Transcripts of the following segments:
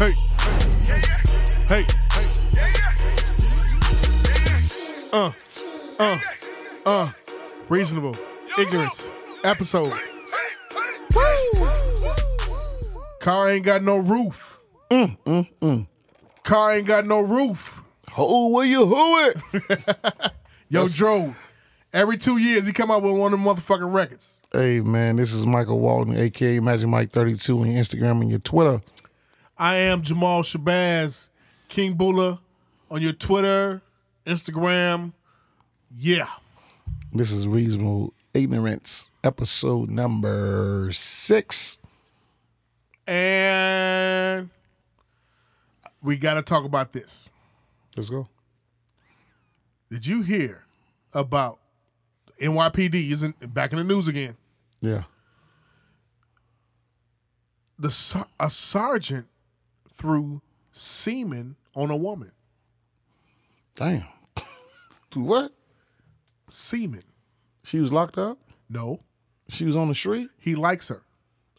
Hey, hey, hey. Uh, uh, uh. Reasonable, ignorance, episode. Car ain't got no roof. Mm, Car ain't got no roof. Who will Oh, you who it? Yo, Dro. Every two years he come out with one of the motherfucking records. Hey man, this is Michael Walton, aka Magic Mike 32 on your Instagram and your Twitter. I am Jamal Shabazz, King Bula, on your Twitter, Instagram. Yeah. This is Reasonable Ignorance, episode number six. And we got to talk about this. Let's go. Did you hear about NYPD is in, back in the news again? Yeah. The ser- a sergeant threw semen on a woman. Damn. what? Semen. She was locked up? No, She was on the street? he likes her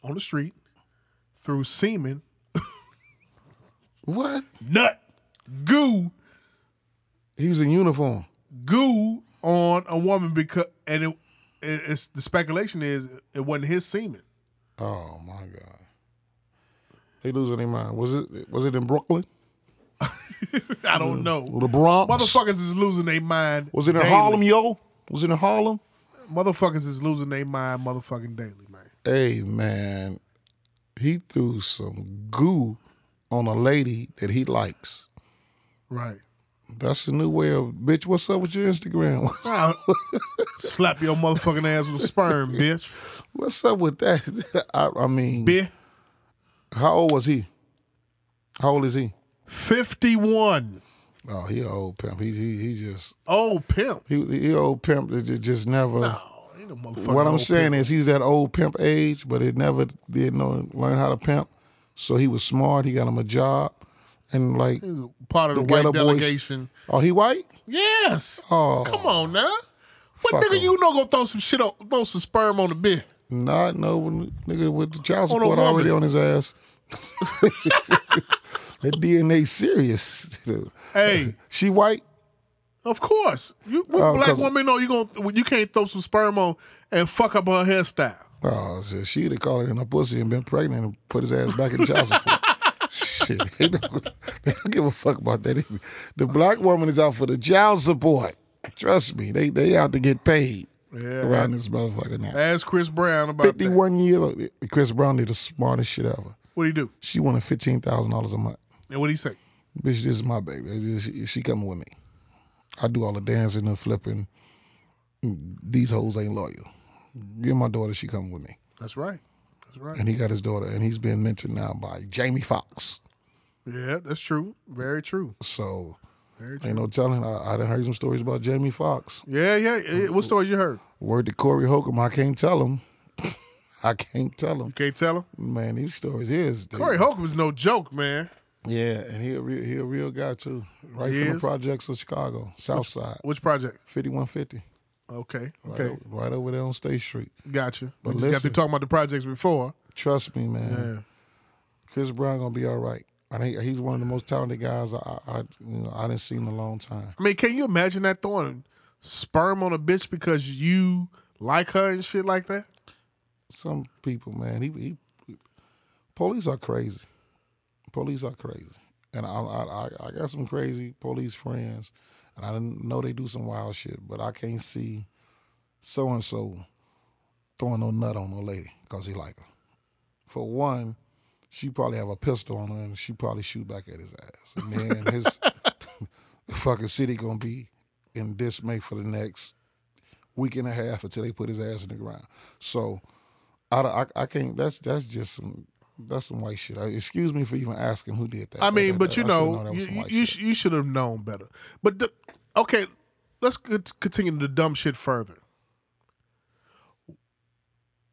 on the street. Threw semen, What? nut, goo, He was in uniform. goo on a woman because and it, it- it's the speculation is it wasn't his semen. Oh my God. They losing their mind. Was it was it in Brooklyn? I don't The know. Bronx? Motherfuckers is losing their mind. Was it in daily. Harlem, yo? Was it in Harlem? Motherfuckers is losing their mind, motherfucking daily, man. Hey man, he threw some goo on a lady that he likes. Right. That's the new way of bitch. What's up with your Instagram? Wow. Slap your motherfucking ass with sperm, bitch. What's up with that? I, I mean, Bitch. how old was he? How old is he? Fifty-one. Oh, he an old pimp. He he, he just Oh, pimp. he he an old pimp that ju- just never. Oh, ain't no motherfucking what I'm old saying pimp. is he's that old pimp age, but he never did know learn how to pimp. So he was smart. He got him a job, and like He's part of the, ghetto white boys- delegation. Oh, he white? Yes. Oh. Come on now. What Fuck nigga 'em. you know gonna throw some shit on, throw some sperm on the bitch? Not no when- nigga with the child On a support already woman. on his ass. that DNA serious. Hey, she white? of course. You what Oh, black 'cause- woman know you gonna you can't throw some sperm on and fuck up her hairstyle. Oh, shit. she'd have called it in her pussy and been pregnant and put his ass back in child support. shit, they don't, they don't give a fuck about that. The black woman is out for the child support. Trust me, they they out to get paid Yeah. around this motherfucker now. Ask Chris Brown about Fifty that. one years old, Chris Brown did the smartest shit ever. What he do? She wanted fifteen thousand dollars a month. And what he say? bitch, this is my baby. This- She, she coming with me. I do all the dancing and flipping. These hoes ain't loyal. You're my daughter. She coming with me. That's right. That's right. And he got his daughter, and he's being mentored now by Jamie Foxx. Yeah, that's true. Very true. So Very true. ain't no telling. I, I done heard some stories about Jamie Foxx. Yeah, yeah. eh, What stories you heard? Word to Corey Holcomb, I can't tell him. I can't tell him. You can't tell him. Man, these stories is they- Corey Holcomb is no joke, man. Yeah, and he a real, he a real guy too. Right He from the is? projects of Chicago, South Side, Which project? 5150. Okay, Right, okay, o- right over there on State Street. gotcha. We But just got to listen. talking about the projects before. Trust me, man. Yeah. Chris Brown gonna be all right. And he, he's one of the most talented guys I, I you know I didn't see in a long time. I mean, can you imagine that throwing sperm on a bitch because you like her and shit like that? Some people, man, he, he police are crazy. Police are crazy, and I, I I- I got some crazy police friends, and I didn't know they do some wild shit, but I can't see so and so throwing no nut on no lady because he like her. For one, she probably have a pistol on her and she probably shoot back at his ass, and then his fucking city gonna be in dismay for the next week and a half until they put his ass in the ground. So I, I, I can't. That's that's just some that's some white shit. I, excuse me for even asking who did that. I mean, That- but that- you I should've know, known that was you some you, white you, shit. sh- you should have known better. But the okay, let's cont- continue the dumb shit further.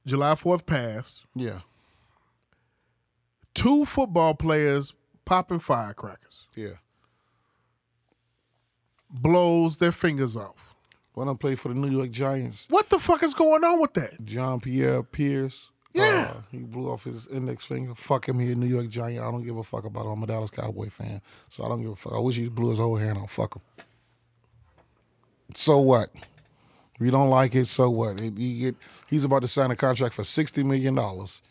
July Fourth passed. yeah, Two football players popping firecrackers yeah. blows their fingers off. When I played for the New York Giants, What the fuck is going on with that? John Pierre Pierce, Yeah. Uh, he blew off his index finger. Fuck him. He a New York Giant. I don't give a fuck about him. I'm a Dallas Cowboy fan, so I don't give a fuck. I wish he blew his whole hand off. Fuck him. So what? If you don't like it, so what? He, he get, he's about to sign a contract for sixty million dollars,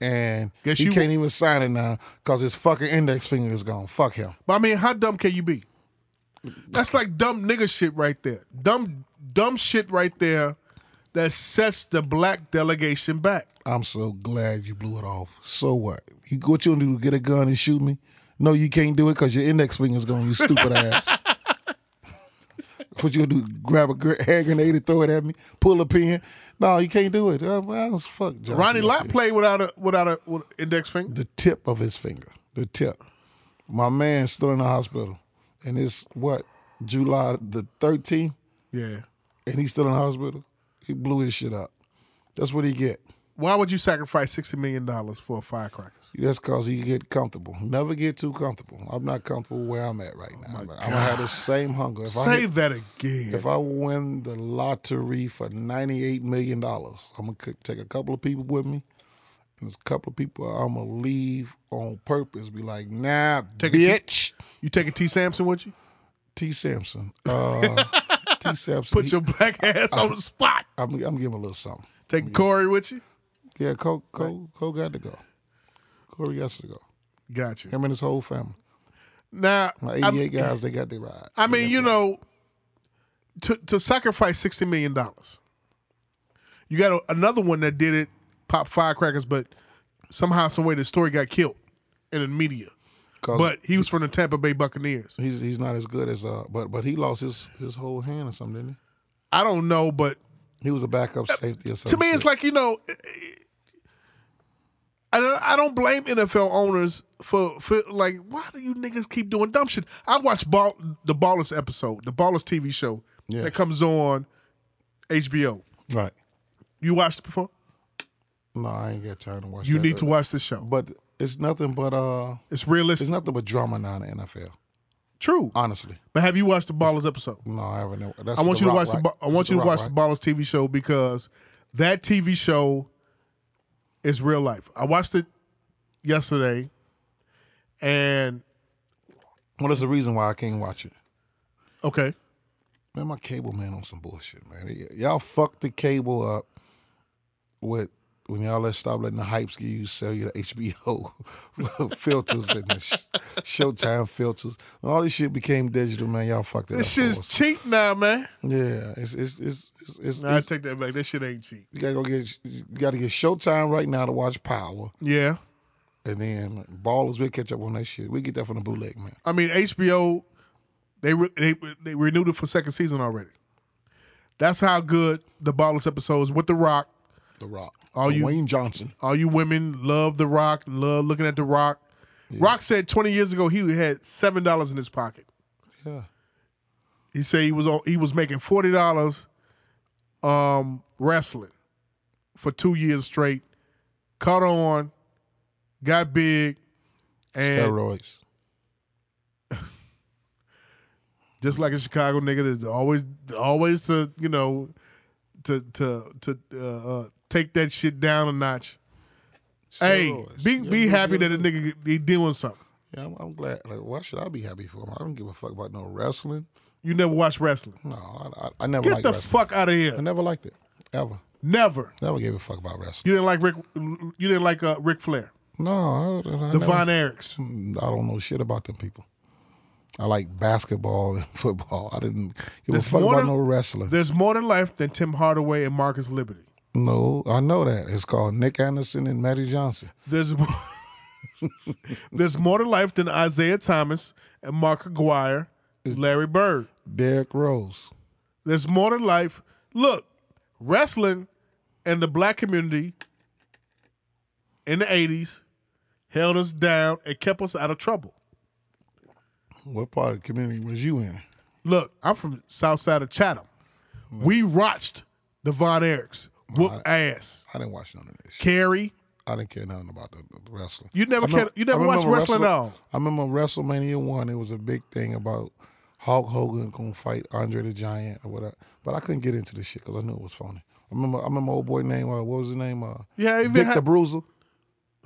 and Guess he you- can't even sign it now because his fucking index finger is gone. Fuck him. But I mean, how dumb can you be? That's like dumb nigga shit right there. Dumb dumb shit right there that sets the black delegation back. I'm so glad you blew it off. So what? You what you gonna do? Get a gun and shoot me? No, you can't do it because your index finger's gone. You stupid ass. What you gonna do? Grab a gr- hand grenade and throw it at me? Pull a pin? No, you can't do it. Uh, well, it's fuck, John. Ronnie Lott played without a without a with index finger. The tip of his finger. The tip. My man's still in the hospital, and it's what July the 13th, Yeah. and he's still in the hospital. He blew his shit up. That's what he get. Why would you sacrifice sixty million dollars for firecrackers? That's cause you get comfortable. Never get too comfortable. I'm not comfortable where I'm at right now. I'm gonna have the same hunger. If I Oh Say hit- that again. if I win the lottery for ninety eight million dollars, I'm gonna c- take a couple of people with me, and there's a couple of people I'm gonna leave on purpose. Be like, nah, Take a bitch. you taking T Sampson with you? T. Sampson. Uh, T. Sampson. Put he- Oh. your black ass on the spot. I'm, I'm giving him a little something. Taking Corey with you? Yeah, Cole, Cole, Cole got to go. Corey got to go. Got you. Him and his whole family. Now My I- 88 guys, they got their ride. I mean, you know, to to sacrifice sixty million dollars, you got a, another one that did it, pop firecrackers, but somehow, some way, the story got killed in the media. 'Cause- But he was from the Tampa Bay Buccaneers. He's he's not as good as uh, but but he lost his his whole hand or something. Didn't I don't know, but he? He was a backup safety or to something. me, it's like you know, I don't, I don't blame NFL owners for, for like why do you niggas keep doing dumb shit? I watched ball the Ballers episode, the Ballers TV show Yeah. that comes on HBO. right. You watched it before? No, I ain't got time to watch. You that. need to watch this show. But it's nothing but uh, It's it's realistic. nothing but drama now in the NFL. True. Honestly, But have you watched the Ballers episode? no, I haven't. Never, that's I want The you to Rock, watch the right? the. I want That's you to The Rock, watch right? the Ballers TV show because that TV show is real life. I watched it yesterday, and Well, there's a reason why I can't watch it. okay, Man, my cable man on some bullshit, man. Y- y'all fucked the cable up with when y'all let stop letting the hypes give you sell you the HBO filters and the sh- Showtime filters. When all this shit became digital, man, y'all fucked it this up. for shit's us. cheap now, man. yeah, it's it's it's it's, it's, Nah, I it's- take that back. That shit ain't cheap. you gotta go get you gotta get Showtime right now to watch Power, Yeah, and then Ballers will catch up on that shit. We get that from the bootleg man. I mean HBO, they re- they they renewed it for second season already. That's how good the Ballers episode is with The Rock. The Rock, All you- Wayne Johnson. All you women love The Rock, love looking at The Rock. Rock said 20 years ago he had seven dollars in his pocket. Yeah, He said he was on, he was making forty dollars, um, wrestling for two years straight. Caught on, got big, and steroids. just like a Chicago nigga, that always always to you know to to to uh, uh, take that shit down a notch. Hey, Steroids. be Yeah, be yeah, happy yeah. that a nigga he doing something. Yeah, I'm, I'm glad. Like, why should I be happy for him? I don't give a fuck about no wrestling. You never watch wrestling. No, I, I, I never Get liked the wrestling. fuck out of I here. never liked it. Ever. Never. Never gave a fuck about wrestling. You didn't like Rick. You didn't like uh, Ric Flair, No, I, I, never, I Devon Eric's. don't know shit about them people. I like basketball and football. I didn't give This a fuck morning- about no wrestling. There's more to life than Tim Hardaway and Marcus Liberty. no, I know that. It's called Nick Anderson and Matty Johnson. There's there's more to life than Isaiah Thomas and Mark Aguirre, Larry Bird. Derrick Rose. There's more to life. Look, wrestling and the black community in the 80s held us down and kept us out of trouble. What part of the community was you in? Look, I'm from south side of Chatham. We watched the Von Erichs whoop ass. I didn't watch none of this. Shit. Carrie, I didn't care nothing about the, the wrestling. you never I remember- cared- you never I watched remember wrestling at all. I remember WrestleMania one. It was a big thing about Hulk Hogan gonna fight Andre the Giant or whatever. But I couldn't get into this shit because I knew it was phony. I remember I remember old boy name. Uh, what was his name? Uh, Yeah, even Vic ha- the Bruiser.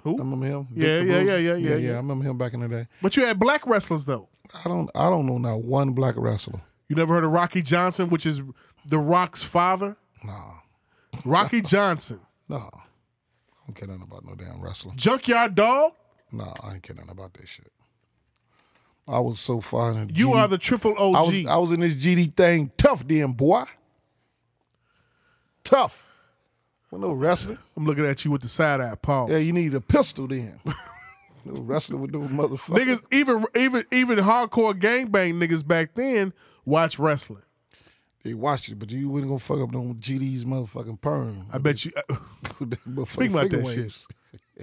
Who? I remember him. Vic Yeah, the yeah, Bruiser. yeah, yeah, yeah, yeah, yeah. I remember him back in the day. But you had black wrestlers though. I don't I don't know not one black wrestler. You never heard of Rocky Johnson, which is The Rock's father? Nah, Rocky Johnson. nah. I don't care nothing about no damn wrestler. Junkyard Dog? Nah, I ain't care nothing about that shit. I was so fine. in You GD are the triple OG. I was I was in this GD thing tough then, boy. Tough. Well, no wrestling. I'm looking at you with the side eye, Paul. Yeah, you need a pistol then. no wrestling with no motherfucker. Niggas, even even even hardcore gangbang niggas back then watch wrestling. They watched it, but you wasn't gonna fuck up no GD's motherfucking perm. I bet you. uh, Speak about that shit.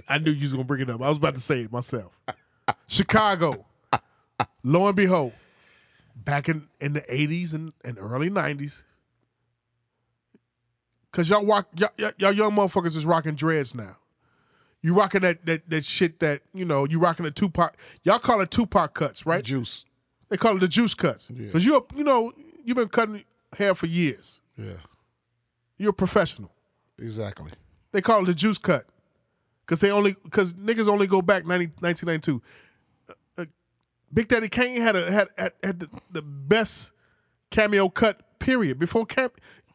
I knew you was gonna bring it up. I was about to say it myself. Chicago. Lo and behold, back in, in the eighties and, and early nineties, cause y'all walk y'all, y'all, y'all young motherfuckers is rocking dreads now. You rocking that that that shit that you know you rocking the Tupac. Y'all call it Tupac cuts, right? Juice. They call it the juice cuts. Yeah. Cause you you know you've been cutting hair for years. Yeah, You're a professional. exactly. They call it the juice cut. Cause they only cause niggas only go back 90, 1992. Uh, uh, Big Daddy Kane had a had had, had the, the best cameo cut period before cam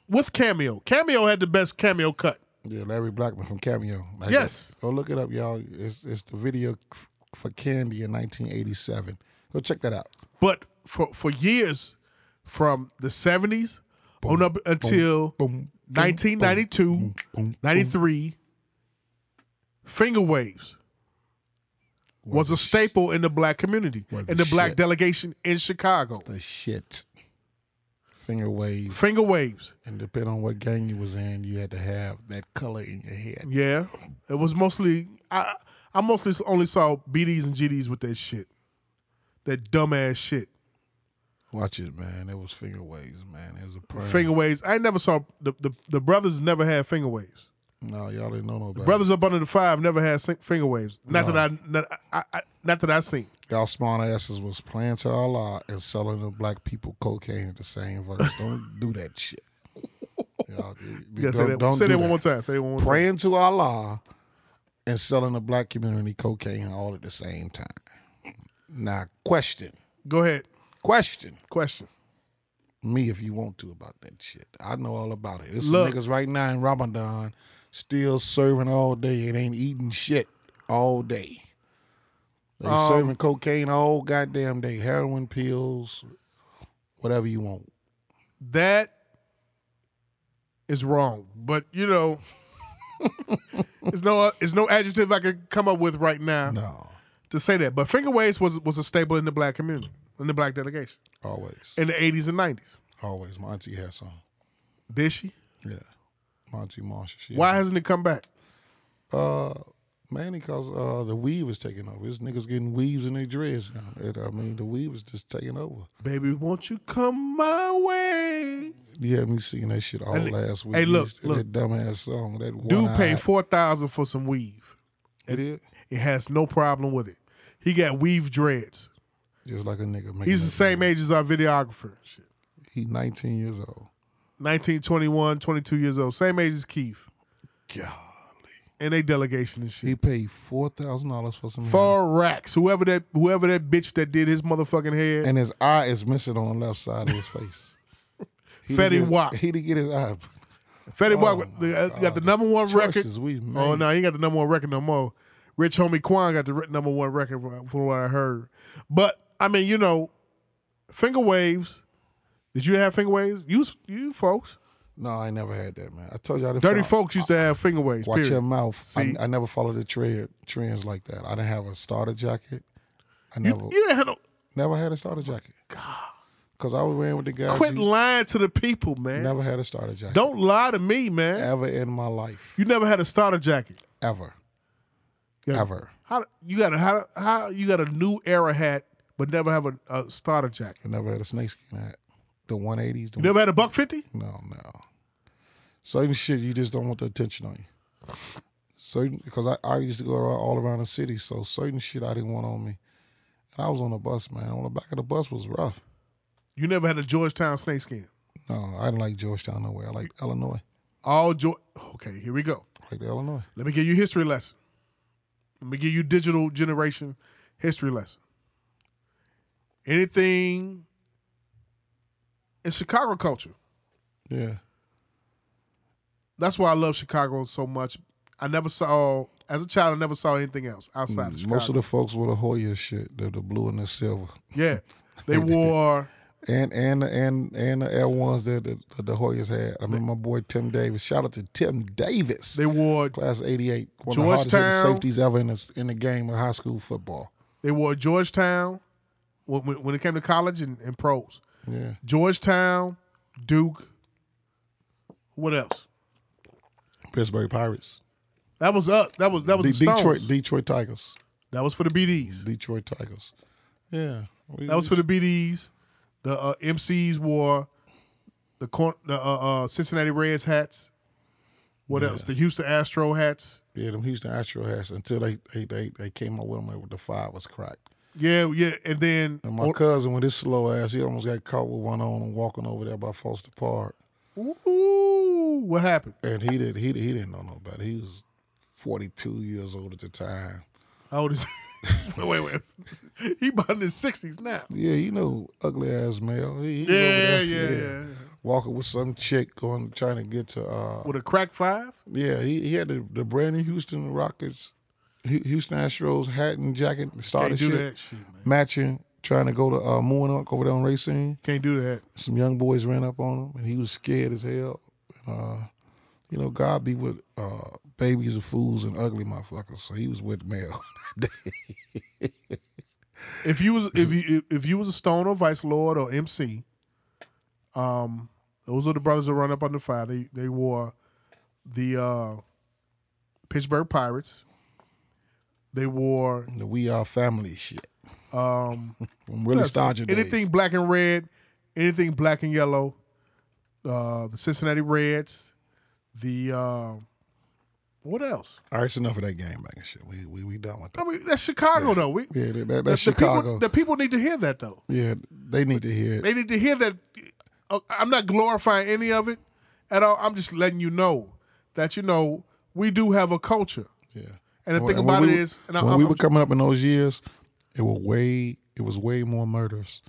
with cameo. Cameo had the best cameo cut. Yeah, Larry Blackman from Cameo. Like Yes. that. Go look it up, y'all. It's it's the video f- for Candy in 1987. Go check that out. But for for years from the 70s on up until Boom. 1992, 93, finger waves was a staple in the black community, Was in the the black shit. delegation in Chicago. The shit. Finger waves, Finger waves. and depending on what gang you was in, you had to have that color in your head. Yeah. It was mostly, I, I mostly only saw BDs and GDs with that shit. That dumbass shit. Watch it, man. It was finger waves, man. It was a perm. Finger waves. I never saw, the, the, the brothers never had finger waves. No, y'all didn't know no better. Brothers up under the five never had sing- finger waves. Not that I, not, I, I, not that I seen. Y'all smart asses was praying to Allah and selling the black people cocaine at the same verse. Don't do that shit. Y'all, Yeah, say that, say that one more time. Say that one more time. Praying to Allah and selling the black community cocaine all at the same time. Now, question, Go ahead. question Question. me if you want to about that shit. I know all about it. It's Look. niggas right now in Ramadan still serving all day and ain't eating shit all day. They Um, serving cocaine all goddamn day, heroin pills, whatever you want. that is wrong. But you know, it's no it's no adjective I could come up with right now No, to say that. But finger waves was was a staple in the black community, in the black delegation, always, in the eighties and nineties. always. My auntie had some. Did she? Yeah, my auntie Marsha. She had Why hasn't it come back? Uh, mainly because uh, the weave is taking over. This niggas getting weaves in their dreads now. It, I mean, the weave is just taking over. Baby, won't you come my way? You had me singing that shit all And- last week. hey, You look, used- look. That dumbass song. That Dude one-eyed- paid four thousand for some weave. It is. It has no problem with it. He got weave dreads. Just like a nigga. making He's the that- same age as our videographer. Shit. He 19 years old. 19, 21, 22 years old. Same age as Keith. Golly. and they delegation and shit. He paid four thousand dollars for some. hair. Four racks. Whoever that whoever that bitch that did his motherfucking head. And his eye is missing on the left side of his face. He Fetty didn't get- Wap. He didn't get his eye. Fetty Oh Wap my the- uh, got the God. number one record. Choices we made. Oh no, he ain't got the number one record no more. Rich homie Quan got the re- number one record from, from what I heard. But I mean, you know, finger waves. Did you have finger waves? You you folks, No, I never had that, man. I told you I didn't. dirty follow- folks used to have finger waves. Watch period. your mouth. See? I, I never followed the trend, trends like that. I didn't have a starter jacket. I never, You didn't have no. never had a starter jacket. God. Cause I was wearing with the guys. Quit who lying to the people, man. Never had a starter jacket. Don't lie to me, man. ever in my life. You never had a starter jacket. Ever. Yeah. Ever. How you got a how how you got a new era hat but never have a, a starter I jacket? never had a snakeskin hat. The one eighties. You never had a buck fifty? No, no. Certain shit you just don't want the attention on you. Certain because I, I used to go around, all around the city, so certain shit I didn't want on me. And I was on the bus, man. On the back of the bus was rough. You never had a Georgetown snakeskin. No, I didn't like Georgetown nowhere. I like Illinois. All joy. Okay, here we go. Like the Illinois. Let me give you a history lesson. Let me give you digital generation history lesson. Anything in Chicago culture. Yeah. That's why I love Chicago so much. I never saw as a child. I never saw anything else outside of Chicago. Mm, Most of the folks were the Hoya shit, the, the blue and the silver, yeah, they wore. and and and and the L ones that the, that the Hoyas had. I mean, my boy Tim Davis. Shout out to Tim Davis, They wore. class '88, one of the hardest hitting Georgetown. safeties ever in the, in the game of high school football. They wore Georgetown when, when when it came to college and, and pros. Yeah, Georgetown, Duke. What else? Pittsburgh Pirates, That was us. That was that was De- the, Stones. Detroit Detroit Tigers, That was for the BDs. Detroit Tigers. Yeah, we, That was for the BDs. The uh, MCs wore the cor- the uh, uh, Cincinnati Reds hats. What else? The Houston Astro hats. yeah them Houston Astro hats until they they they, they came out with them. they- The five was cracked. Yeah, yeah. And then And my on- cousin with his slow ass, he almost got caught with one on and walking over there by Foster Park. ooh, what happened? And he did he he didn't know nobody. He was forty two years old at the time. How old is wait, wait, wait. He about in his sixties now. Yeah, you know, ugly ass male. He, he was over Yeah, there, yeah, yeah. Walking with some chick going trying to get to uh With a crack five? yeah, he, he had the, the brand new Houston Rockets Hu- Houston Astros hat and jacket started Can't do shit, that shit, man. matching, trying to go to uh Moonunk over there on Racine. Can't do that. some young boys ran up on him and he was scared as hell. And, uh, you know, God be with uh, babies and fools and ugly motherfuckers. So he was with Mel. If you was if you if you was a Stone or Vice Lord or MC, um, those are the brothers that run up on the fire. They they wore the uh, Pittsburgh Pirates. They wore the We Are Family shit. um, From Willie Stodger days. anything black and red, anything black and yellow. Uh, the Cincinnati Reds, the uh, what else? All right, it's enough of that game banging shit. We, we we done with I that. mean, that's Chicago though. We Yeah, that, that, the that's Chicago. People, the people need to hear that though. yeah, they need to hear it. They need to hear that. uh, I'm not glorifying any of it at all. I'm just letting you know that you know we do have a culture, Yeah. and the When- thing when about we it were- is, and I- when I'm, we I'm- were coming up in those years, it was way it was way more murders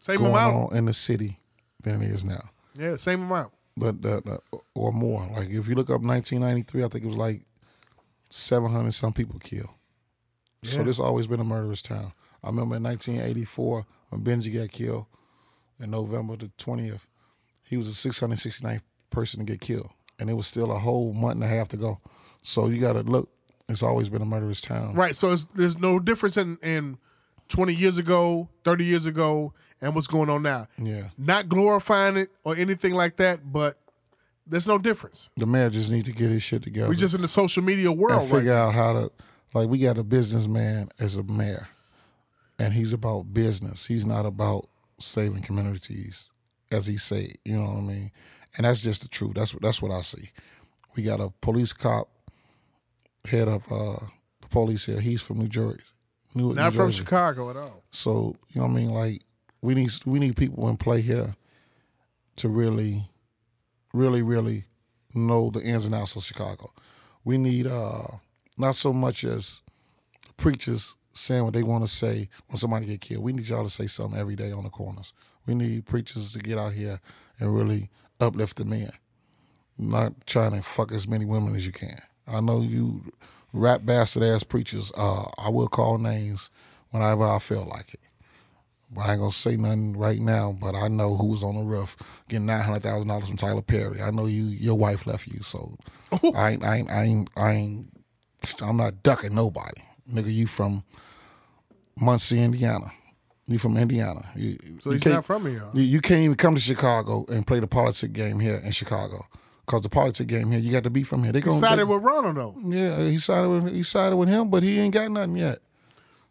same going amount, on in the city than it is now. yeah, same amount. but the, the, or more. Like if you look up 1993, I think it was like 700 some people killed. So Yeah. this always been a murderous town. I remember in 1984 when Benji got killed in November the 20th, he was the 669th person to get killed, and it was still a whole month and a half to go. So you got to look. It's always been a murderous town. Right. So it's, there's no difference in in 20 years ago, 30 years ago, and what's going on now. Yeah. Not glorifying it or anything like that, but there's no difference. The mayor just need to get his shit together. We're just in the social media world, and right? figure out how to like we got a businessman as a mayor and he's about business he's not about saving communities as he said you know what i mean and that's just the truth that's what that's what i see we got a police cop head of uh the police here he's from new jersey new, Not New from Jersey. Chicago at all. so you know what i mean like we need we need people in play here to really really, really know the ins and outs of Chicago. We need uh, not so much as preachers saying what they want to say when somebody get killed. We need y'all to say something every day on the corners. We need preachers to get out here and really uplift the men, not trying to fuck as many women as you can. I know you rap bastard ass preachers. Uh, I will call names whenever I feel like it. But I ain't gonna say nothing right now. But I know who was on the roof getting nine hundred thousand dollars from Tyler Perry. I know you, your wife left you, so I ain't, I ain't, I ain't, I ain't, I'm not ducking nobody, nigga. You from Muncie, Indiana? You from Indiana? You, So you he's can't- not from here. you, you can't even come to Chicago and play the politic game here in Chicago, cause the politic game here, you got to be from here. They gonna, Sided they- with Ronald though. yeah, he sided with, he sided with him, but he ain't got nothing yet.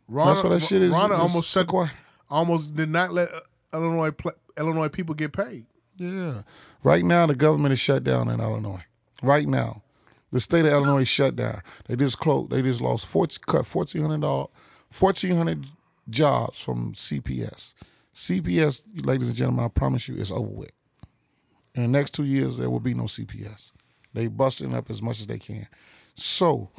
Ron, That's what that shit is. Ron is almost shut, sequi- almost did not let uh, Illinois pl- Illinois people get paid. Yeah. Right now, the government is shut down in Illinois. Right now, the state of Illinois is shut down. They just closed. They just lost 14, cut fourteen hundred dollars, fourteen hundred jobs from CPS. CPS, ladies and gentlemen, I promise you, it's over with. In the next two years, there will be no CPS. They busting up as much as they can. So,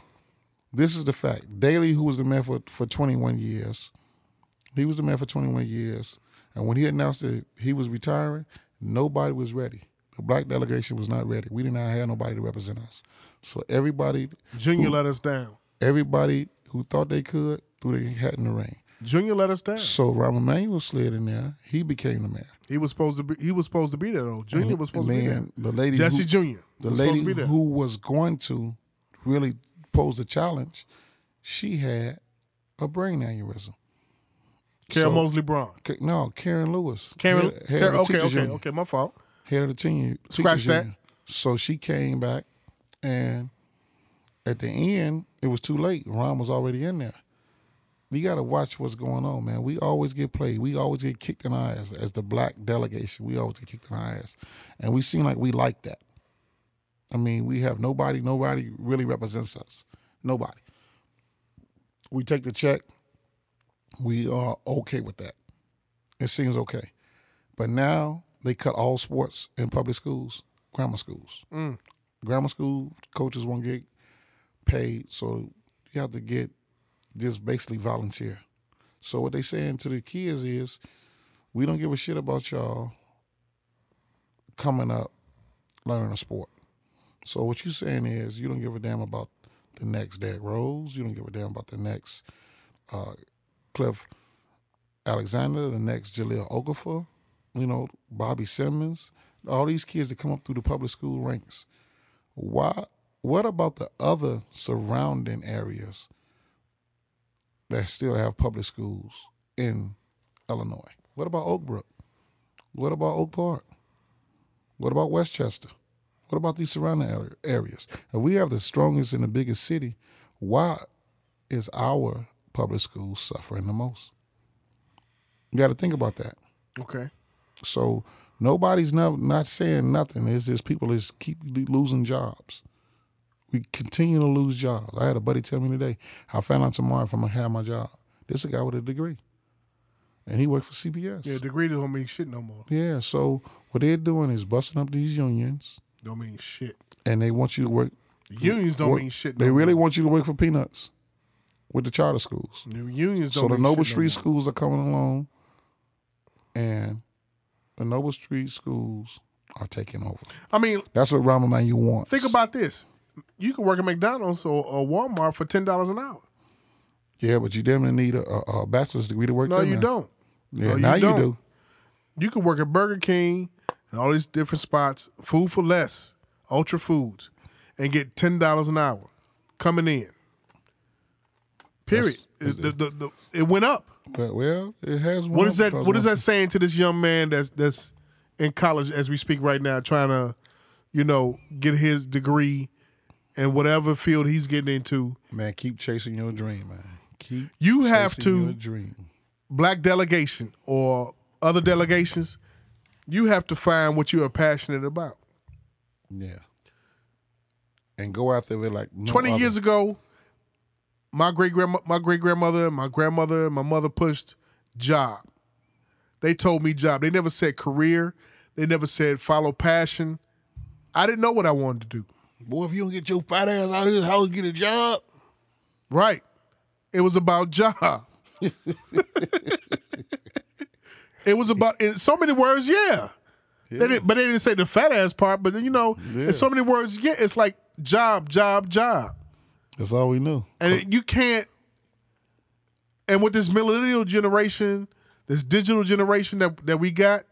this is the fact. Daley, who was the mayor for, for 21 years, he was the mayor for 21 years. And when he announced that he was retiring, nobody was ready. The black delegation was not ready. We did not have nobody to represent us. So everybody, Junior let us down. everybody who thought they could threw their hat in the ring. Junior let us down. So Rahm Emanuel slid in there. He became the mayor. He was supposed to be. He was supposed to be there though. Junior was supposed to be there. Man, The lady, Jesse who, Junior. the was lady supposed to be there. who was going to really pose a challenge, she had a brain aneurysm. Carol so- Mosley Brown. K- No, Karen Lewis. Karen. head, head Karen of the okay, teachers okay, union. okay. My fault. head of the team. Scratch teachers that. union. So she came back, and at the end, it was too late. Ron was already in there. We got to watch what's going on, man. We always get played. We always get kicked in our ass as the black delegation. We always get kicked in our ass, and we seem like we like that. I mean, we have nobody. Nobody really represents us. Nobody. We take the check. We are okay with that. It seems okay. But now they cut all sports in public schools, grammar schools. Grammar school coaches won't get paid, so you have to get just basically volunteer. So what they saying to the kids is, we don't give a shit about y'all coming up learning a sport. So what you saying is, you don't give a damn about the next Derrick Rose, you don't give a damn about the next uh, Cliff Alexander, the next Jaleel Okafor, you know, Bobby Simmons, all these kids that come up through the public school ranks. Why? What about the other surrounding areas that still have public schools in Illinois? What about Oak Brook? What about Oak Park? What about Westchester? What about these surrounding ar- areas? If we have the strongest and the biggest city, why is our public schools suffering the most? You got to think about that. Okay. So nobody's not not saying nothing. It's just people is keep lo- losing jobs. We continue to lose jobs. I had a buddy tell me today, I found out tomorrow if I'm gonna have my job. This is a guy with a degree, and he worked for CBS. Yeah, degree don't mean shit no more. yeah. So what they're doing is busting up these unions, Don't mean shit. and they want you to work. Unions don't work- mean shit. No They really more. want you to work for peanuts with the charter schools. The unions don't. So the mean Noble shit no Street more. schools are coming along, and the Noble Street schools are taking over. I mean, That's what Ramen Man you want. think about this. You can work at McDonald's or, or Walmart for ten dollars an hour. yeah, but you damn near need a, a, a bachelor's degree to work. No, there you now. don't. Yeah, No, you now you, don't. do. You can work at Burger King and all these different spots, food for less, Ultra Foods, and get ten dollars an hour coming in. Period. It, the, the, the, it went up. But, well, it has. What is that? What is that saying to this young man that's that's in college as we speak right now, trying to, you know, get his degree, and whatever field he's getting into. Man, keep chasing your dream, man. Keep. You have chasing to your dream. black delegation or other delegations, you have to find what you are passionate about. Yeah. And go after it like no 20 other. years ago, my great grandma, my great grandmother, my grandmother, and my mother pushed job. They told me job. They never said career. They never said follow passion. I didn't know what I wanted to do. Boy, if you don't get your fat ass out of this house, get a job. Right. It was about job. it was about in so many words, yeah. They didn't, but they didn't say the fat ass part. But then, you know, in so many words, yeah, it's like job, job, job, That's all we knew. and it- you can't. And with this millennial generation, this digital generation that that we got,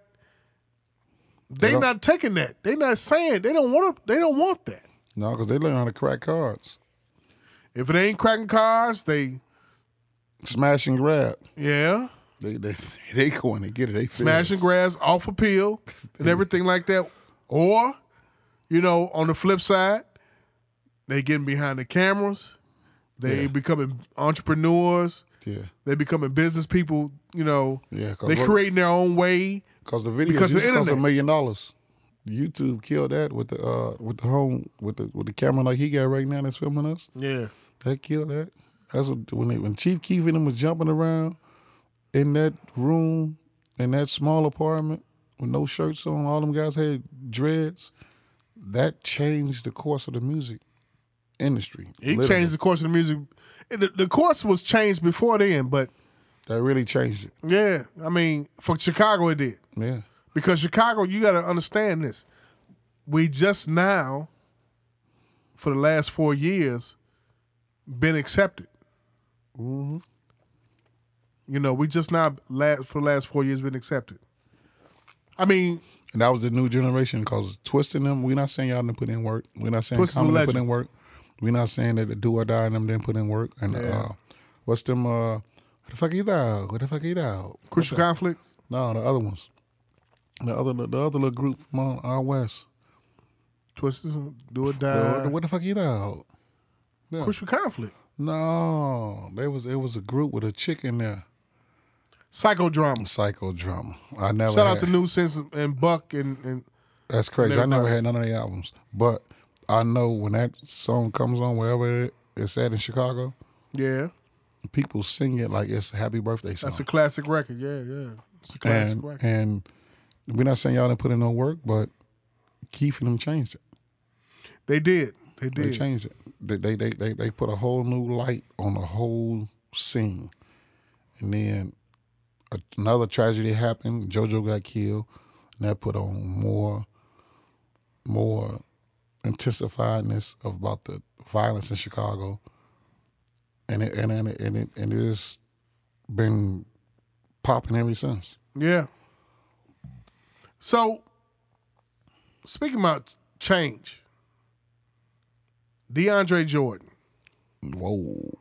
they're don't- not taking that. They're not saying they don't want to. They don't want that. No, because they learn how to crack cards, If it ain't cracking cars, they smash and grab. yeah. They they they go in and get it. They smash and fierce. grabs off a pill and everything like that. Or, you know, on the flip side, they getting behind the cameras. They becoming entrepreneurs. Yeah, They becoming business people. You know, yeah. they creating their own way. Because the video Because used the to cost a internet. million dollars. YouTube killed that with the uh, with the home with the with the camera like he got right now that's filming us. Yeah, That killed that. That's what when they, when Chief Keef and them was jumping around in that room in that small apartment with no shirts on. All them guys had dreads. That changed the course of the music industry. He literally. changed the course of the music. The, the course was changed before then, but That really changed it. yeah, I mean, for Chicago it did. Yeah. Because Chicago, you got to understand this. We just now, for the last four years, been accepted. Mm-hmm. You know, we just now, last, for the last four years, been accepted. I mean, And that was the new generation because twisting them, we're not saying y'all didn't put in work. We're not saying Twist is a Common didn't legend. put in work. We're not saying that the do or die and them didn't put in work. And uh, what's them? Uh, what the fuck he out? What the fuck he out? Crucial Conflict, No, the other ones. The other, the other little group from on our west. Twisted, Do or Uh, Die, what the fuck he out? Yeah. Crucial Conflict, No, there was it was a group with a chick in there. Psychodrama. Psychodrama. I never. Shout had, out to New Sense and Buck and, and That's crazy. I never Everybody. had none of the albums, but I know when that song comes on, wherever it, it's at in Chicago, yeah, people sing it like it's a happy birthday song. that's a classic record. Yeah, yeah, it's a classic and record. and we're not saying y'all didn't put in no work, but Keith and them changed it. They did, they They did. changed it. They they, they they they put a whole new light on the whole scene, and then a, another tragedy happened. JoJo got killed, and that put on more more intensifiedness of about the violence in Chicago, and it and and it, and it and it's been popping ever since. Yeah. So, speaking about change, DeAndre Jordan. Whoa.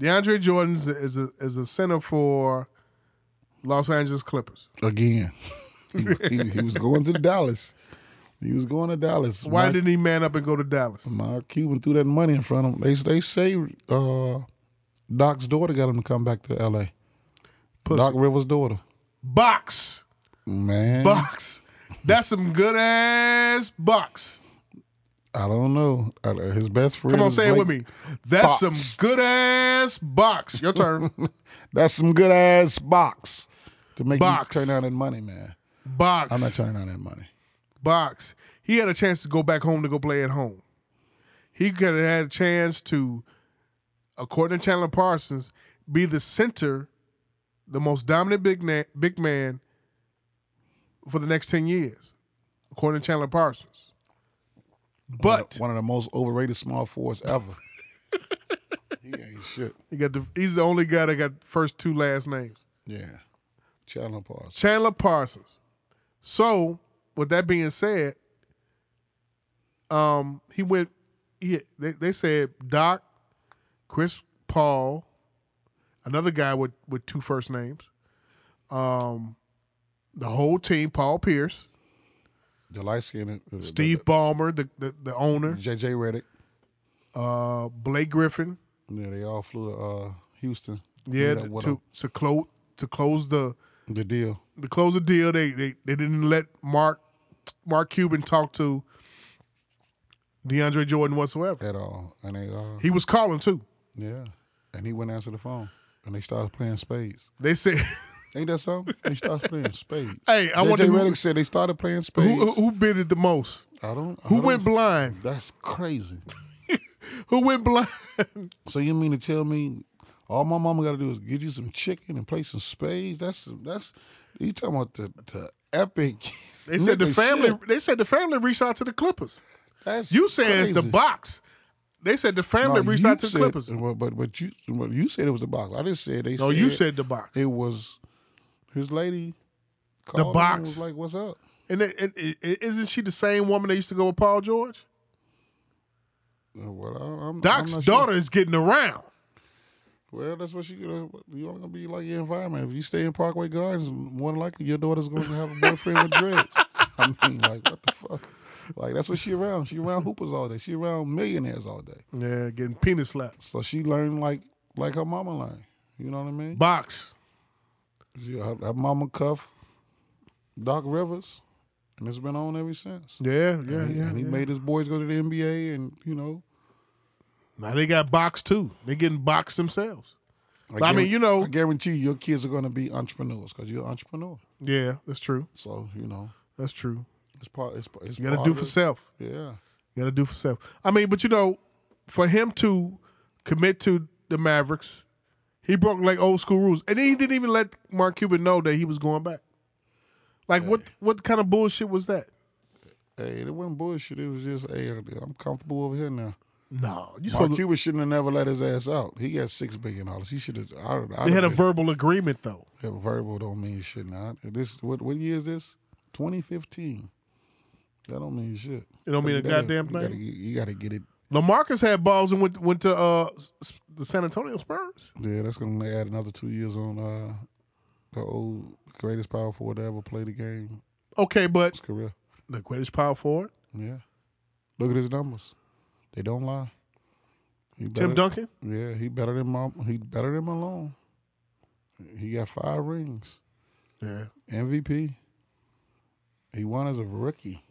DeAndre Jordan is a, is a, is a center for Los Angeles Clippers. again. he, he- he was going to Dallas. He was going to Dallas. Why Mark, didn't he man up and go to Dallas? Mark Cuban threw that money in front of him? They they say uh, Doc's daughter got him to come back to L.A. Doc Rivers' daughter. Box, Man, box. That's some good ass box. I don't know. Uh, His best friend. Come on, is say it with Blake. me. That's Box. some good ass box. Your turn. That's some good ass box to make Box. you turn down that money, man. box. I'm not turning down that money. box. He had a chance to go back home to go play at home. He could have had a chance to, according to Chandler Parsons, be the center, the most dominant big na- big man for the next ten years, according to Chandler Parsons. But One of the most overrated small fours ever. he ain't shit. he got the, he's the only guy that got first two last names. Yeah. Channel pause. Chandler Parsons. So, with that being said, um, he went. He, they, they said Doc, Chris Paul, another guy with with two first names, um, the whole team. Paul Pierce, The light skin. Steve Ballmer, the the, the owner, JJ Reddick. uh, Blake Griffin. Yeah, they all flew to uh, Houston. Yeah, Ended up with to to close to close the a- the deal. to close the deal, they they, they didn't let Mark Mark Cuban talk to DeAndre Jordan whatsoever. at all, and they uh, He was calling too. yeah, and he wouldn't answer the phone, and they started playing spades. They said, Ain't that something? They started playing spades. "Hey, I JJ wonder who, Redick said they started playing spades. who, who bid it the most. I don't. I Who don't- went blind? That's crazy. Who went blind? So you mean to tell me all my mama got to do is get you some chicken and play some spades? That's that's you talking about the, the epic. They said the nigga family. shit. They said the family reached out to the Clippers. That's You said it's the crazy. box. They said the family No, reached you out to the said- Clippers. But but, but you but you said it was the box. I just said they. No, said you said the box. it was his lady. Called him box. and was like, "What's up?" and it, it, it, isn't she the same woman that used to go with Paul George? Uh, Well, I, I'm, Doc's I'm not sure. daughter is getting around. Well, that's what she gonna. You only gonna be like your environment. If you stay in Parkway Gardens, more than likely your daughter's gonna have a boyfriend with dreads. I mean, like what the fuck? Like that's what she around. She around hoopers all day. She around millionaires all day. Yeah, getting penis slapped. So she learned like like her mama learned. You know what I mean? Box. She, her, her mama cuff Doc Rivers, and it's been on ever since. Yeah, yeah, And he- yeah. and he yeah. made his boys go to the NBA, and you know, now they got boxed too. They getting boxed themselves. I, mean, guaran- you know, I guarantee you, your kids are going to be entrepreneurs because you're an entrepreneur. Yeah, that's true. So you know, That's true. it's part. It's, it's You got part to do of for it. self. Yeah, You got to do for self. I mean, but you know, for him to commit to the Mavericks, he broke like old school rules, and then he didn't even let Mark Cuban know that he was going back. Like, what what kind of bullshit was that? hey, it wasn't bullshit. It was just, hey, I'm comfortable over here now. No, you Mark supposed to, Cuban shouldn't have never let his ass out. He got six billion dollars. He should have. I don't. I they had a don't- verbal agreement though. yeah, verbal don't mean shit now. This what what year is this? 2015. That don't mean shit. It don't mean a You gotta- goddamn you gotta thing. get- You got to get it. Lamarcus had balls and went went to uh, s- s- the San Antonio Spurs. Yeah, that's gonna add another two years on uh, the old greatest power forward to ever play the game. Okay, but His career. the greatest power forward, Yeah. Look at his numbers. They don't lie. He Tim better- Duncan. Yeah, he better than Mom. He better than Malone. He got five rings. Yeah, MVP. He won as a rookie.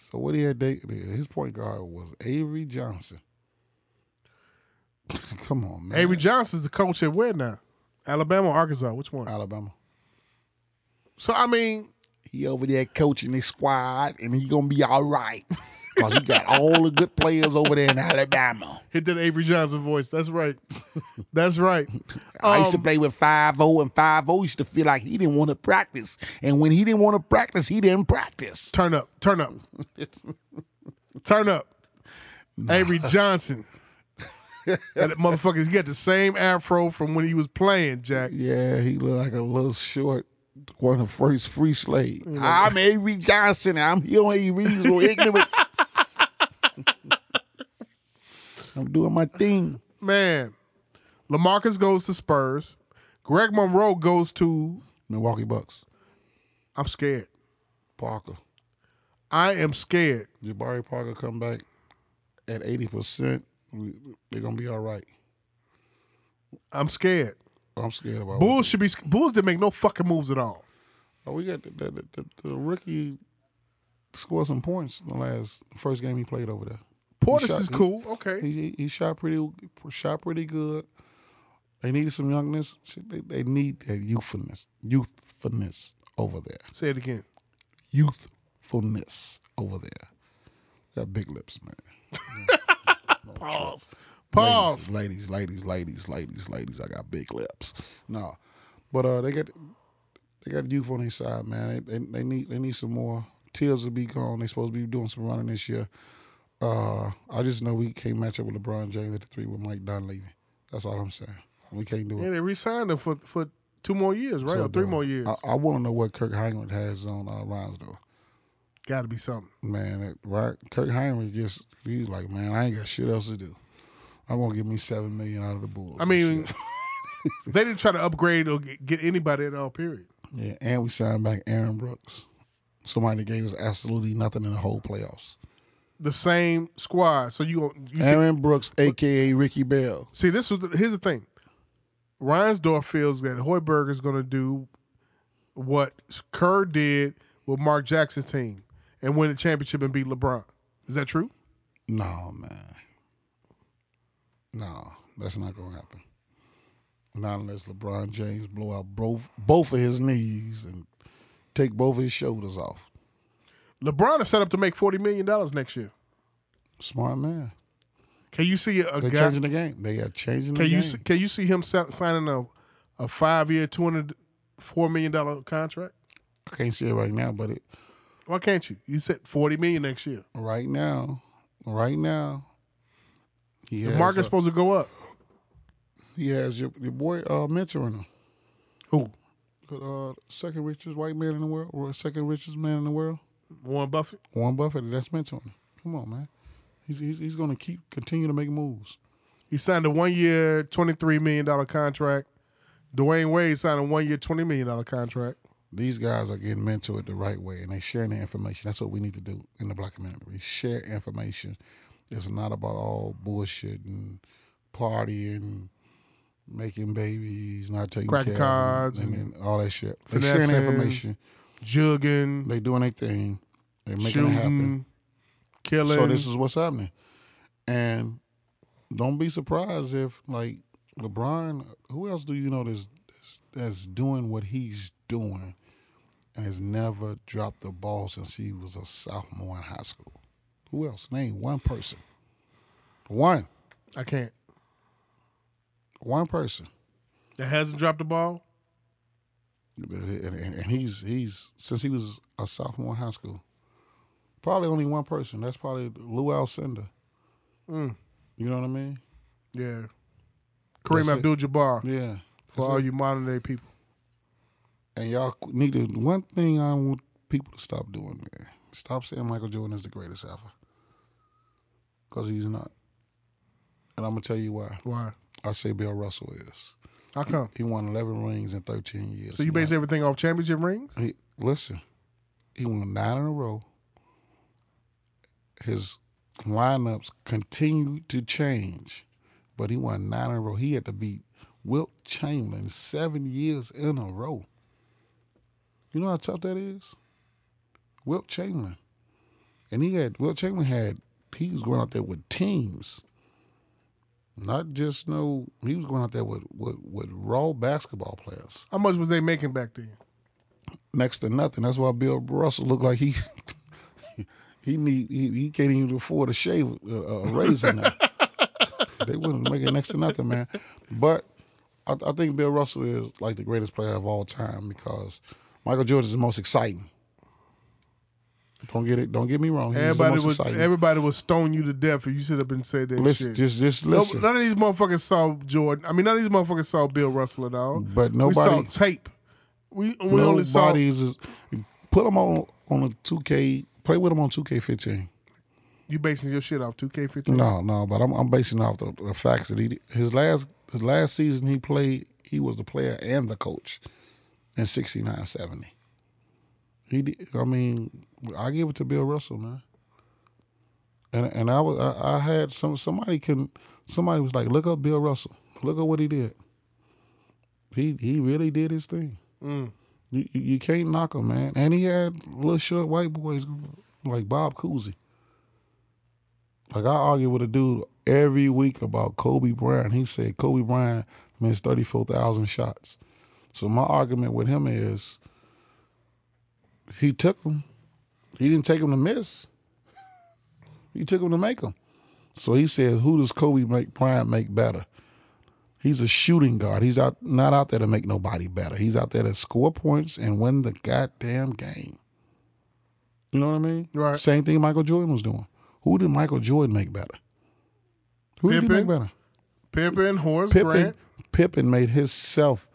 So what he had, they, his point guard was Avery Johnson. Come on, man. Avery Johnson's the coach at where now? Alabama, or Arkansas, which one? Alabama. So I mean, He over there coaching his squad, and he gonna be all right because he got all the good players over there in Alabama. hit that Avery Johnson voice. That's right. That's right. I used to Um, play with 5 and 5 used to feel like he didn't want to practice. And when he didn't want to practice, he didn't practice. Turn up, turn up, turn up. Avery Johnson. that motherfucker, he got the same afro from when he was playing, Jack. Yeah, he looked like a little short, one of the first free slave. I'm Avery Johnson, and I'm here on Avery's with ignorance. I'm doing my thing. Man, Lamarcus goes to Spurs. Greg Monroe goes to. Milwaukee Bucks, I'm scared. Parker. I am scared. Jabari Parker come back at 80%. we- They're going to be all right. I'm scared. I'm scared about Bulls should be. Bulls didn't make no fucking moves at all. Oh, we got the, the, the, the, the rookie scored some points in the last first game he played over there. Portis shot- is he- cool. Okay. He he- he shot pretty shot pretty good. They needed some youngness. Shit, They, they need that youthfulness, youthfulness over there. Say it again. Youthfulness over there. Got big lips, man. Pause. Pause. Ladies, ladies, ladies, ladies, ladies. I got big lips. No, but uh, they got they got youth on their side, man. They, they they need they need some more. Tibbs will be gone. They supposed to be doing some running this year. Uh, I just know we can't match up with LeBron James at the three with Mike Dunleavy. That's all I'm saying. We can't do it. Yeah, they re-signed him for for two more years, right? So or three dumb. more years. I, I want to know what Kirk Heinrich has on uh, Rondo. Got to be something. Man, that, right? Kirk Heinrich gets he's like, man, I ain't got shit else to do. I'm gonna give me seven million out of the Bulls. I and mean, shit. they didn't try to upgrade or get, get anybody at all. Period. Yeah, and we signed back Aaron Brooks, somebody that gave us absolutely nothing in the whole playoffs. The same squad. So you gon- you think, Aaron Brooks, aka Ricky Bell. see this was the, here's the thing. Reinsdorf feels that Hoiberg is going to do what Kerr did with Mark Jackson's team and win the championship and beat LeBron. Is that true? No, man. No, that's not gonna happen. Not unless LeBron James blow out both both of his knees and take both of his shoulders off. LeBron is set up to make forty million dollars next year. Smart man. Can you see a They're guy? changing the game. They are changing the Can you game. see, can you see him si- signing a a five year two hundred four million dollar contract? I can't see it right now, but it, Why can't you? You said forty million next year. right now, right now, he The has, market's uh, supposed to go up. he has your, your boy uh, mentoring him. Who? uh, second richest white man in the world, or second richest man in the world, Warren Buffett. Warren Buffett. That's mentoring. him. Come on, man. He's he's, he's going to keep continue to make moves. He signed a one year twenty three million dollar contract. Dwayne Wade signed a one year twenty million dollar contract. These guys are getting mentored the right way, and they sharing their information. That's what we need to do in the black community. Share information. It's not about all bullshit and partying, making babies, not taking Cracking care of cards them, and, and all that shit. They sharing finessing. information. Jugging, They doing their thing. They making it happen. shooting, killing. So this is what's happening. And don't be surprised if like LeBron, who else do you know that's that's doing what he's doing and has never dropped the ball since he was a sophomore in high school. Who else? Name one person. One. I can't. One person. That hasn't dropped the ball. And, and, and he's he's since he was a sophomore in high school. Probably only one person. That's probably Lou Alcindor. Mm. You know what I mean? Yeah. Kareem That's it. Abdul-Jabbar Yeah. for That's all it. you modern day people. And y'all need to one thing I want people to stop doing, man. Stop saying Michael Jordan is the greatest ever. Cause he's not. And I'm gonna tell you why. Why? I say Bill Russell is. How come? He won 11 rings in 13 years. So you base everything off championship rings? He, listen, he won nine in a row. His lineups continued to change, but he won nine in a row. He had to beat Wilt Chamberlain seven years in a row. You know how tough that is? Wilt Chamberlain. And he had, Wilt Chamberlain had, he was going out there with teams. Not just no, he was going out there with, with, with raw basketball players How much was they making back then? next to nothing. That's why Bill Russell looked like he he need he, he can't even afford a shave a, a raise in there. they wouldn't make it next to nothing, man. But I, I think Bill Russell is like the greatest player of all time because Michael Jordan is the most exciting. Don't get it. Don't get me wrong. He's Everybody the most was exciting. everybody was stone you to death if you sit up and said that listen, shit. just just No- listen. none of these motherfuckers saw Jordan. I mean, none of these motherfuckers saw Bill Russell at all. But we saw nobody- tape. We we only saw. Nobody's is put them on on a two K. Play with them on two K fifteen. You basing your shit off 2K15. No, no, but I'm, I'm basing off the, the facts that he his last his last season he played he was the player and the coach in 69 70. He did, I mean I give it to Bill Russell man. And and I was I, I had some somebody can somebody was like look up Bill Russell look at what he did. He he really did his thing. Mm. You you, you can't knock him man. And he had little short white boys like Bob Cousy. Like I argue with a dude every week about Kobe Bryant. He said Kobe Bryant missed thirty four thousand shots. So my argument with him is he took them. He didn't take them to miss. He took them to make them. So he said, who does Kobe make Bryant make better? He's a shooting guard. He's out not out there to make nobody better. He's out there to score points and win the goddamn game. You know what I mean? Right. Same thing Michael Jordan was doing. Who did Michael Jordan make better? Who did he Pippen? make better? Pippen, Horace Pippen. Grant. Pippen made himself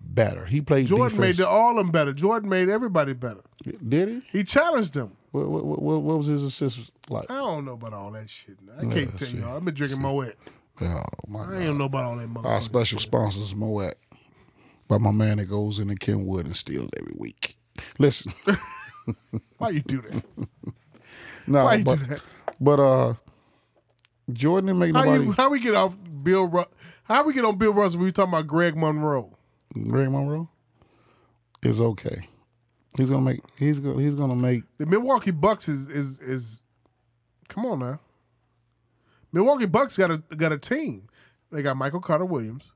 better. He played Jordan made defense. the, all them better. Jordan made everybody better. Did he? He challenged them. What, what, what, what was his assist like? I don't know about all that shit. Now. I can't tell y'all. I've been drinking Moet. Oh my I God! ain't know about all that Our motherfucker. special sponsor is Moet, by my man that goes into Kenwood and steals every week. Listen, Why you do that? no, Why you Oh, but, do that? but uh, Jordan didn't make How, nobody. you, how we get off Bill? Ru- how we get on Bill Russell? when We talking about Greg Monroe. Greg Monroe is okay. He's gonna make. He's gonna. He's gonna make. The Milwaukee Bucks is is is. Come on now. Milwaukee Bucks got a got a team. They got Michael Carter Williams,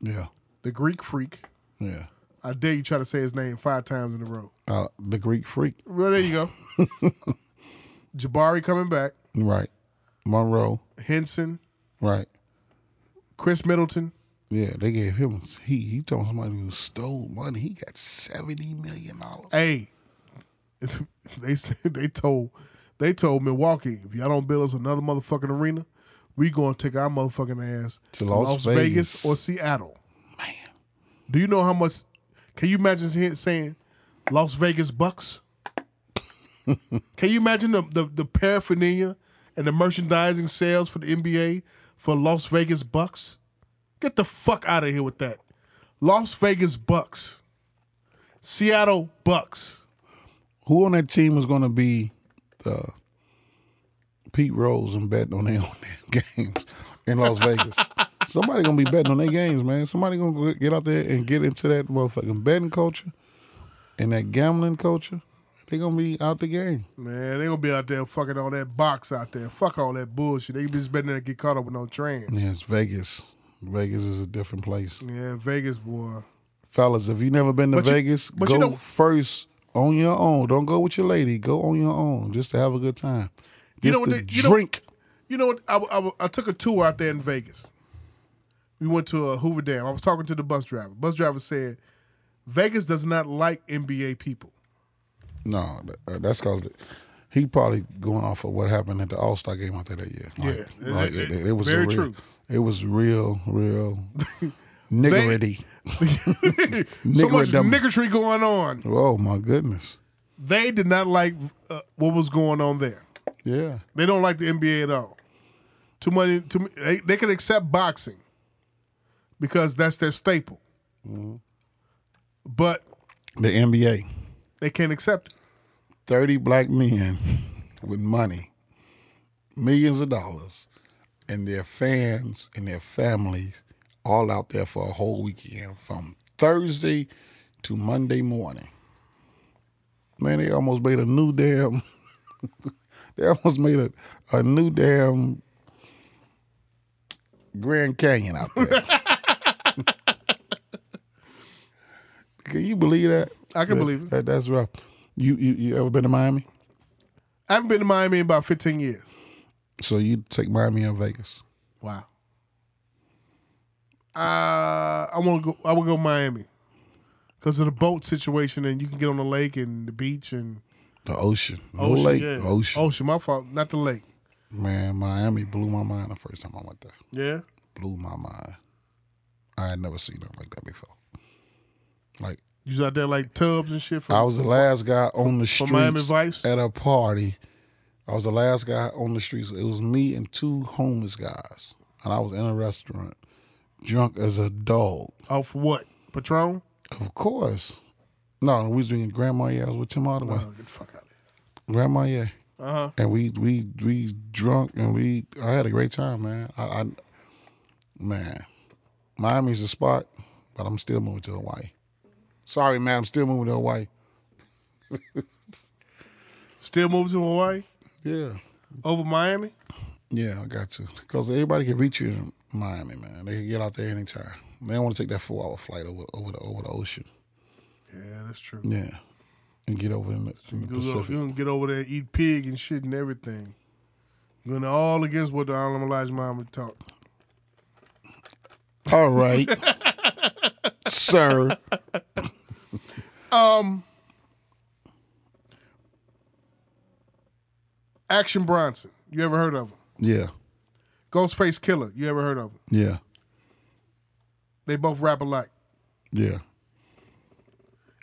Yeah, the Greek Freak. yeah. I dare you try to say his name five times in a row. Uh, the Greek freak, Well, there you go. Jabari coming back. right? Monroe, Henson, right? Chris Middleton. Yeah, they gave him. He he told somebody who stole money. He got seventy million dollars. Hey, they said they told they told Milwaukee if y'all don't build us another motherfucking arena, we gonna take our motherfucking ass To Las Vegas. or Seattle. Man, Do you know how much? Can you imagine him saying Las Vegas Bucks? can you imagine the, the the paraphernalia and the merchandising sales for the NBA for Las Vegas Bucks? Get the fuck out of here with that. Las Vegas Bucks, Seattle Bucks. who on that team was going to be the Pete Rose and betting on their on their games in Las Vegas? Somebody gonna be betting on their games, man. Somebody gonna go get out there and get into that motherfucking betting culture and that gambling culture. They gonna be out the game. Man, they gonna be out there fucking all that box out there. Fuck all that bullshit. They just better not get caught up with no train. Yes, Vegas. Vegas is a different place. Yeah, Vegas boy. fellas, if you never been to But you- Vegas, but go you know- first on your own. Don't go with your lady. Go on your own just to have a good time. Just You know what to they- you know- drink. You know what? I, I, I took a tour out there in Vegas. We went to uh, Hoover Dam. I was talking to the bus driver. Bus driver said, Vegas does not like NBA people. no, that- uh, that's cause he probably going off of what happened at the All Star game out there that year. Like, Yeah, it- like, it- it, it was a very real, true. It was real, real niggerity. so much Niggerdom. niggardry going on. Oh my goodness. They did not like uh, what was going on there. Yeah. They don't like the NBA at all. Too many. Too m- they, they can accept boxing because that's their staple. Mm-hmm. But The NBA. they can't accept it. 30 black men with money, millions of dollars, and their fans and their families all out there for a whole weekend from Thursday to Monday morning. Man, they almost made a new damn. they almost made a, a new damn Grand Canyon out there. Can you believe that? I can believe it. That, that's rough. You, you you ever been to Miami? I haven't been to Miami in about 15 years. So you take Miami and Vegas. Wow. Uh, I want to go. I would go Miami because of the boat situation, and you can get on the lake and the beach and The ocean. No ocean, lake. yeah. Oh. Ocean. Ocean, my fault, not the lake. Man, Miami blew my mind the first time I went there. Yeah. Blew my mind. I had never seen nothing like that before. Like You was out there like tubs and shit. For, I was the last guy on from the streets Miami Vice? at a party. I was the last guy on the streets. It was me and two homeless guys. And I was in a restaurant, drunk as a dog. off Oh, what? Patron? Of course. No, we was drinking Grandma Yeah. I was with Tim Hardaway. Oh, get the fuck out of here. Grandma Yeah. Uh huh. and we we we drunk and we I had a great time, man. I, I man, Miami's a spot, but I'm still moving to Hawaii. Sorry, man, I'm still moving to Hawaii. Still moving to Hawaii Yeah, over Miami? yeah, I got to because everybody can reach you in Miami, man. They can get out there anytime. They don't want to take that four hour flight over over the over the ocean. Yeah, that's true. Yeah, and get over in the, in the You gonna, Pacific. you gonna get over there, and eat pig and shit and everything. You're gonna all against what the Island Elijah Muhammad taught. All right, sir. Action Bronson, you ever heard of him? Yeah, Ghostface Killer, you ever heard of him? yeah, They both rap alike. yeah.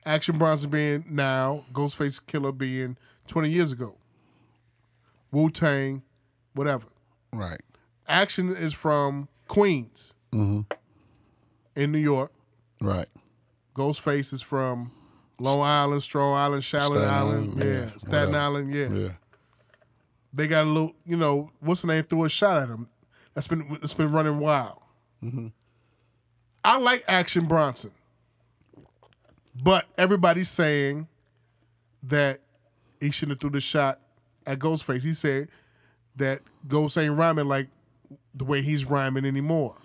Action Bronson being now, Ghostface Killer being 20 years ago. Wu Tang, whatever. Right. Action is from Queens in New York. Right. Ghostface is from Long Island, Strong Island, Shallon Staten Island, Island, yeah, yeah, Staten whatever. Island, yeah. Yeah. They got a little, you know, what's the name? Threw a shot at him. That's been it's been running wild. Mm-hmm. I like Action Bronson, but everybody's saying that he shouldn't have threw the shot at Ghostface. He said that Ghost ain't rhyming like the way he's rhyming anymore.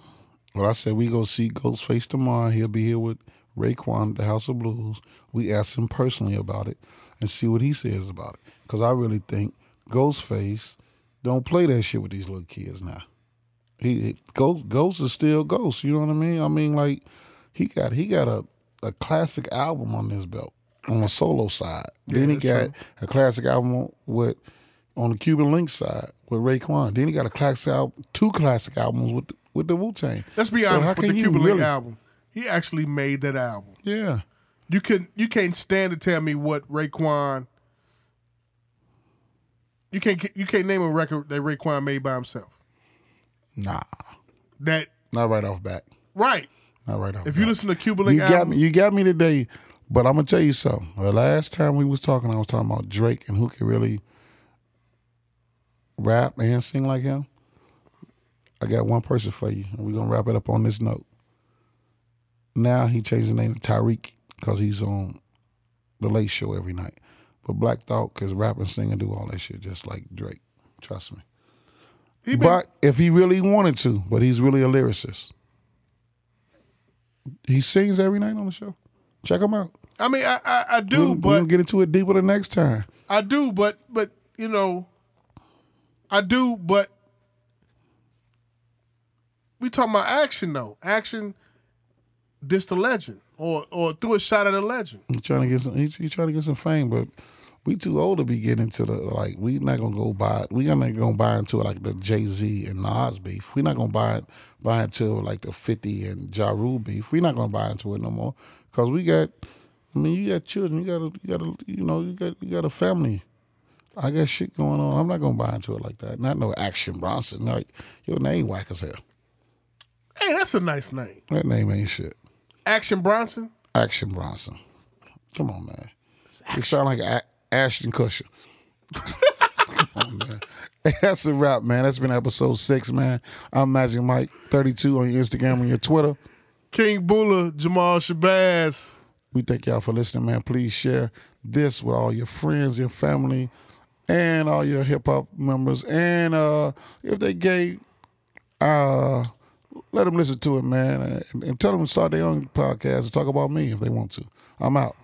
Well, I said we go see Ghostface tomorrow. He'll be here with Raekwon at the House of Blues. We asked him personally about it and see what he says about it. Because I really think Ghostface don't play that shit with these little kids now. He, he- Ghost Ghost is still Ghost. You know what I mean? I mean like he got he got a, a classic album on his belt on the solo side. then he got that's a classic album on- with on the Cuban Link side with Raekwon. Then he got a classic album, two classic albums with with the Wu Tang. Let's be So how honest with can the you Cuban Link really- album. He actually made that album. Yeah, You can you can't stand to tell me what Raekwon. You can't you can't name a record that Raekwon made by himself. nah, That not right off back. right. Not right off. If back. you listen to Cuba you Link got album, me, you got me today. But I'm gonna tell you something. The last time we was talking, I was talking about Drake and who can really rap and sing like him. I got one person for you, and we're gonna wrap it up on this note. Now he changed the name to Tyreek because he's on the Late Show every night. But Black Thought is rap and sing and do all that shit just like Drake. Trust me. he been, But if he really wanted to, but he's really a lyricist. He sings every night on the show. Check him out. I mean, I I, I do, We'll- but we'll get into it deeper the next time. I do, but but you know, I do, but we talking about action though. Action, this the legend, or or through a shot at the legend. He's trying to get some. He's he trying to get some fame, but we too old to be getting into the like. We not gonna go buy. We not gonna buy into it like the Jay Z and Nas beef. We not gonna buy it. Buy into like the Fifty and Ja Rule beef. We not gonna buy into it no more because we got. I mean, you got children. You got a. You got a. You know. You got. You got a family. I got shit going on. I'm not gonna buy into it like that. Not no Action Bronson. Like your name whack as hell. Hey, that's a nice name, That name ain't shit. Action Bronson. Action Bronson. Come on, man. You sound like a- Ashton Kutcher. Come on, man. Hey, that's a wrap, man. That's been episode six, man. I'm Magic Mike, 32 on your Instagram and your Twitter. King Bula, Jamal Shabazz. We thank y'all for listening, man. Please share this with all your friends, your family, and all your hip hop members. And uh, if they gay, uh, let them listen to it, man, and, and tell them to start their own podcast and talk about me if they want to. I'm out.